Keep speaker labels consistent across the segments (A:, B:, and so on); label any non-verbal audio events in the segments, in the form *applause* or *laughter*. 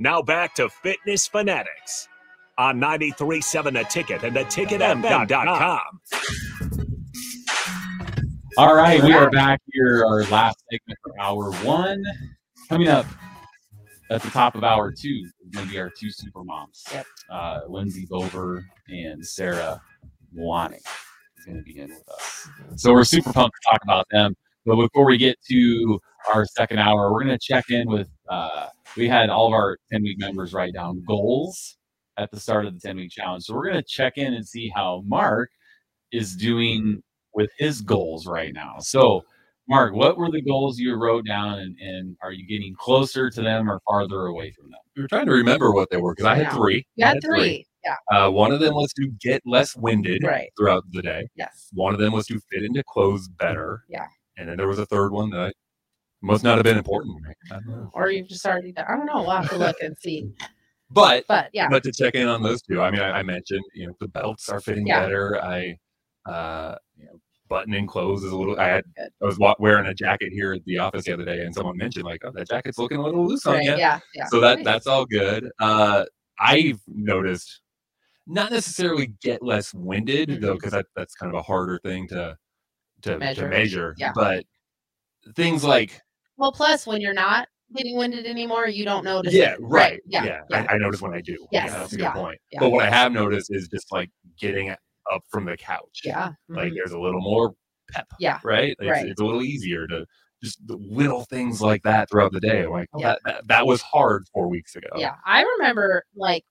A: Now back to Fitness Fanatics on 937 The Ticket and theticketfm.com.
B: All right, we are back here, our last segment for hour one. Coming up at the top of hour two is going to be our two super moms,
C: Yep.
B: uh, Lindsay Bover and Sarah Wanning is going to be in with us. So we're super pumped to talk about them. But before we get to our second hour, we're going to check in with. Uh, we had all of our 10 week members write down goals at the start of the 10 week challenge. So we're going to check in and see how Mark is doing with his goals right now. So, Mark, what were the goals you wrote down, and, and are you getting closer to them or farther away from them?
D: We were trying to remember what they were because I had
C: Yeah.
D: three.
C: You
D: I
C: had
D: had
C: three. Yeah.
D: Uh, one of them was to get less winded
C: Right.
D: throughout the day.
C: Yes.
D: One of them was to fit into clothes better.
C: Yeah.
D: And then there was a third one that must not have been important to me. I don't know.
C: Or you've just already done. I don't know. We'll have to look and see.
D: But
C: But yeah.
D: but to check in on those two, I mean, I, I mentioned you know the belts are fitting
C: Yeah.
D: better. I uh, you know, buttoning clothes is a little. I had
C: Good.
D: I was wa- wearing a jacket here at the office the other day, and someone mentioned like, oh, that jacket's looking a little loose on
C: Right,
D: you.
C: Yeah. Yeah.
D: Oh, So that
C: Nice.
D: that's all good. Uh, I've noticed not necessarily get less winded
C: Mm-hmm.
D: though, because that, that's kind of a harder thing to to
C: Measure.
D: to measure.
C: Yeah.
D: But things like
C: well, plus when you're not getting winded anymore, you don't notice.
D: yeah,
C: it.
D: right,
C: Yeah.
D: yeah,
C: yeah.
D: I, I notice when I do.
C: Yes,
D: yeah, that's a good
C: yeah,
D: point.
C: yeah.
D: But what I have noticed is just like getting up from the couch.
C: Yeah,
D: like
C: mhm.
D: there's a little more pep.
C: Yeah,
D: right. It's,
C: right.
D: it's a little easier to just the little things like that throughout the day. Like oh,
C: Yeah.
D: that, that that was hard four weeks ago.
C: yeah. I remember like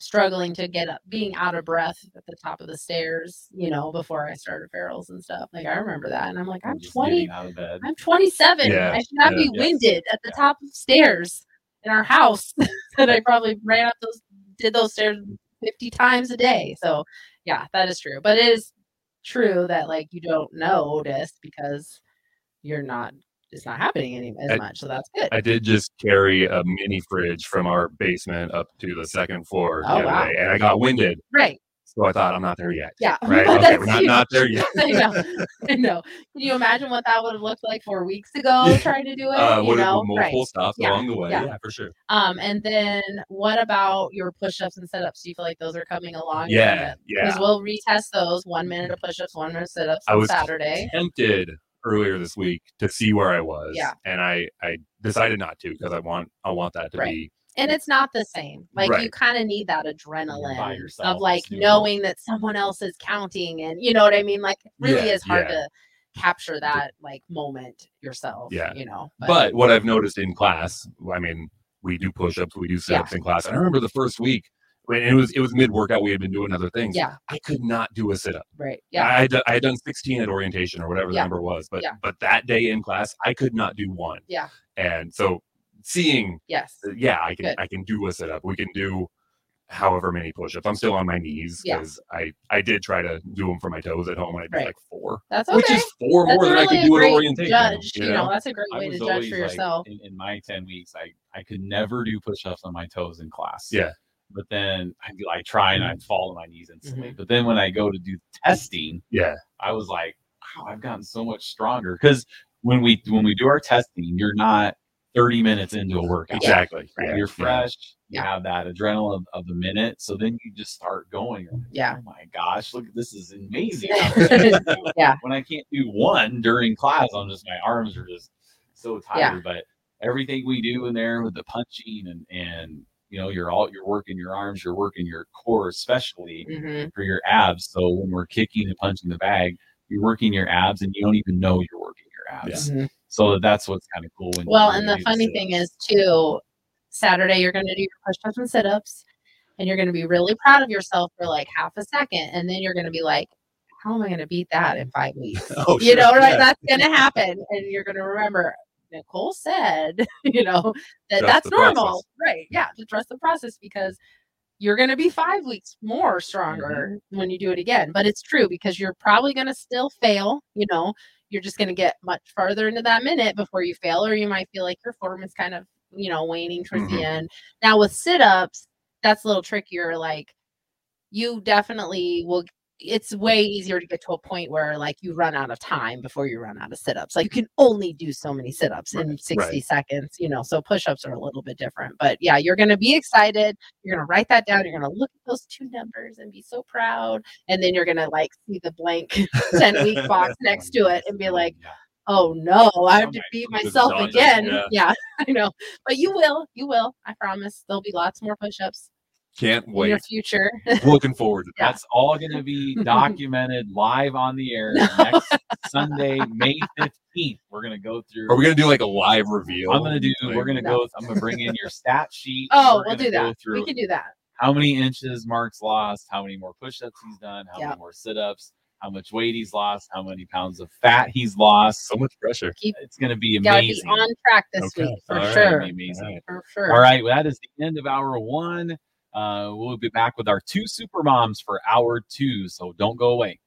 C: struggling to get up, being out of breath at the top of the stairs, you know, before I started ferals and stuff. Like I remember that, and I'm like, I'm
B: Just
C: 20,
B: getting out of bed.
C: I'm 27.
D: Yeah,
C: I should not
D: yeah,
C: be
D: yeah.
C: winded at the top of stairs in our house *laughs* that
D: *laughs*
C: I probably ran up those, did those stairs 50 times a day. So, yeah, that is true. But it is true that like you don't notice because you're not, it's not happening any, as
D: I-
C: much. So that's good.
D: I did just carry a mini fridge from our basement up to the second floor the
C: Oh,
D: other
C: wow.
D: day, and I got winded.
C: right.
D: So I thought I'm not there
C: *laughs*
D: yet.
C: Yeah.
D: Right? okay,
C: But that's
D: we're not,
C: huge.
D: not there yet.
C: I
D: *laughs*
C: know. I know. Can you imagine what that would have looked like four weeks ago
D: Yeah.
C: trying to do it?
D: Uh,
C: you
D: what
C: know,
D: multiple stops
C: Yeah,
D: along the way.
C: yeah.
D: Yeah. for sure.
C: Um, and then what about your push-ups and sit-ups? Do you feel like those are coming along?
D: Yeah,
C: Because
D: yeah.
C: we'll retest those one minute of push-ups, one minute of sit-ups
D: I
C: on
D: was
C: Saturday.
D: Tempted earlier this week to see where I was,
C: Yeah.
D: and I I decided not to because I want I want that to
C: Right.
D: be
C: And it's not the same. Like you
D: Right.
C: kind of need that
B: by
C: adrenaline
B: yourself,
C: of
B: it's
C: like
B: new.
C: knowing that someone else is counting and you know what I mean? Like it really
D: Yeah,
C: is hard
D: yeah.
C: to capture that like moment yourself.
D: Yeah.
C: You know.
D: But what I've noticed in class, I mean, we do push-ups, we do sit-ups in class. And I remember the first week when it was it was mid-workout, we had been doing other things.
C: yeah,
D: I could not do a sit-up.
C: right.
D: Yeah,
C: Yeah.
D: I had, do- I had done 16 at orientation or whatever
C: Yeah.
D: the number was, but
C: Yeah.
D: but that day in class, I could not do one.
C: Yeah.
D: And so seeing,
C: Yes.
D: that, yeah, I can
C: Good.
D: I can do a sit up. We can do however many push-ups. I'm still on my knees
C: Yeah.
D: because I I did try to do them for my toes at home, and I did
C: Right.
D: like four,
C: That's okay.
D: which is four
C: That's
D: more than I
C: really
D: could
C: a
D: do at
C: great
D: orientation.
C: Judge,
D: you
C: you
D: know?
C: know, that's a great
B: I
C: way to
B: was
C: judge
B: always
C: for
B: like,
C: yourself.
B: in, in my 10 weeks, I, I could never do push ups on my toes in class.
D: Yeah.
B: But then I, I try and I
C: Mm-hmm.
B: fall on my knees instantly. But then when I go to do testing,
D: Yeah.
B: I was like, wow, I've gotten so much stronger. Because when we when we do our testing, you're not 30 minutes into a workout.
D: Exactly.
B: Like,
D: Yeah,
B: You're
D: yeah.
B: fresh.
C: Yeah.
B: You have that adrenaline of, of the minute. So then you just start going. You're like,
C: Yeah.
B: Oh my gosh, look, this is *laughs*
C: *laughs*
B: amazing.
C: Mm-hmm, Yeah.
B: When I can't do one during class, I'm just, my arms are just so
C: Yeah.
B: tired. But everything we do in there with the punching and, and, you know, you're all, you're working your arms, you're working your core, especially
C: Mhm.
B: for your abs. So when we're kicking and punching the bag, you're working your abs and you don't even know you're working your abs.
C: Mhm.
B: So that's what's kind of cool. When
C: Well,
B: when
C: and
B: you
C: the
B: do
C: funny
B: sit-ups.
C: thing is, too, Saturday you're going to do your push ups and sit ups, and you're going to be really proud of yourself for like half a second. And then you're going to be like, how am I going to beat that in five weeks?
D: *laughs* Oh,
C: you
D: sure.
C: know, right?
D: Yeah.
C: That's going to happen. And you're going to remember, Nicole said, *laughs* you know, that
D: Trust
C: that's
D: the
C: normal.
D: process.
C: Right. Yeah. To trust the process because you're going to be five weeks more stronger
D: Mm-hmm.
C: when you do it again. But it's true because you're probably going to still fail. You know, you're just going to get much farther into that minute before you fail, or you might feel like your form is kind of, you know, waning towards the
D: Mhm.
C: end. Now, with sit ups, that's a little trickier. Like, you definitely will it's way easier to get to a point where like you run out of time before you run out of sit-ups like you can only do so many sit-ups in 60
D: right.
C: seconds you know so push-ups are a little bit different but yeah you're going to be excited you're going to write that down you're going to look at those two numbers and be so proud and then you're going to like see the blank *laughs* 10 week box next to it and be like
B: Yeah.
C: oh no i have
B: Oh
C: to
B: my
C: beat
B: goodness,
C: myself
D: Dawn,
C: again
D: yeah.
C: *laughs* yeah i know but you will you will i promise there'll be lots more push-ups
D: Can't
C: in your
D: wait.
C: future
D: Looking forward to that.
B: That's all going to
C: *laughs*
B: be documented live on the air next Sunday, May 15th. We're going to go through.
D: Are we gonna do like a live reveal?
B: I'm going to do,
D: Like,
B: we're going to
C: No.
B: go, I'm going to bring in your stat sheet. and
C: oh
B: we're
C: we'll
B: gonna
C: do
B: go
C: that we
B: through
C: can do that
B: how many inches Mark's lost, how many more push ups he's done, how
C: Yeah.
B: many more sit ups, how much weight he's lost, how many pounds of fat he's lost.
D: so much pressure.
B: It's going to be
C: gotta be
B: amazing.
C: on track this
D: Okay.
C: week for
D: All right.
B: It's gonna
C: sure.
B: be amazing.
D: All right.
C: For sure.
B: All right, well, that is the end of hour one. Uh, we'll be back with our two super moms for hour two, so don't go away.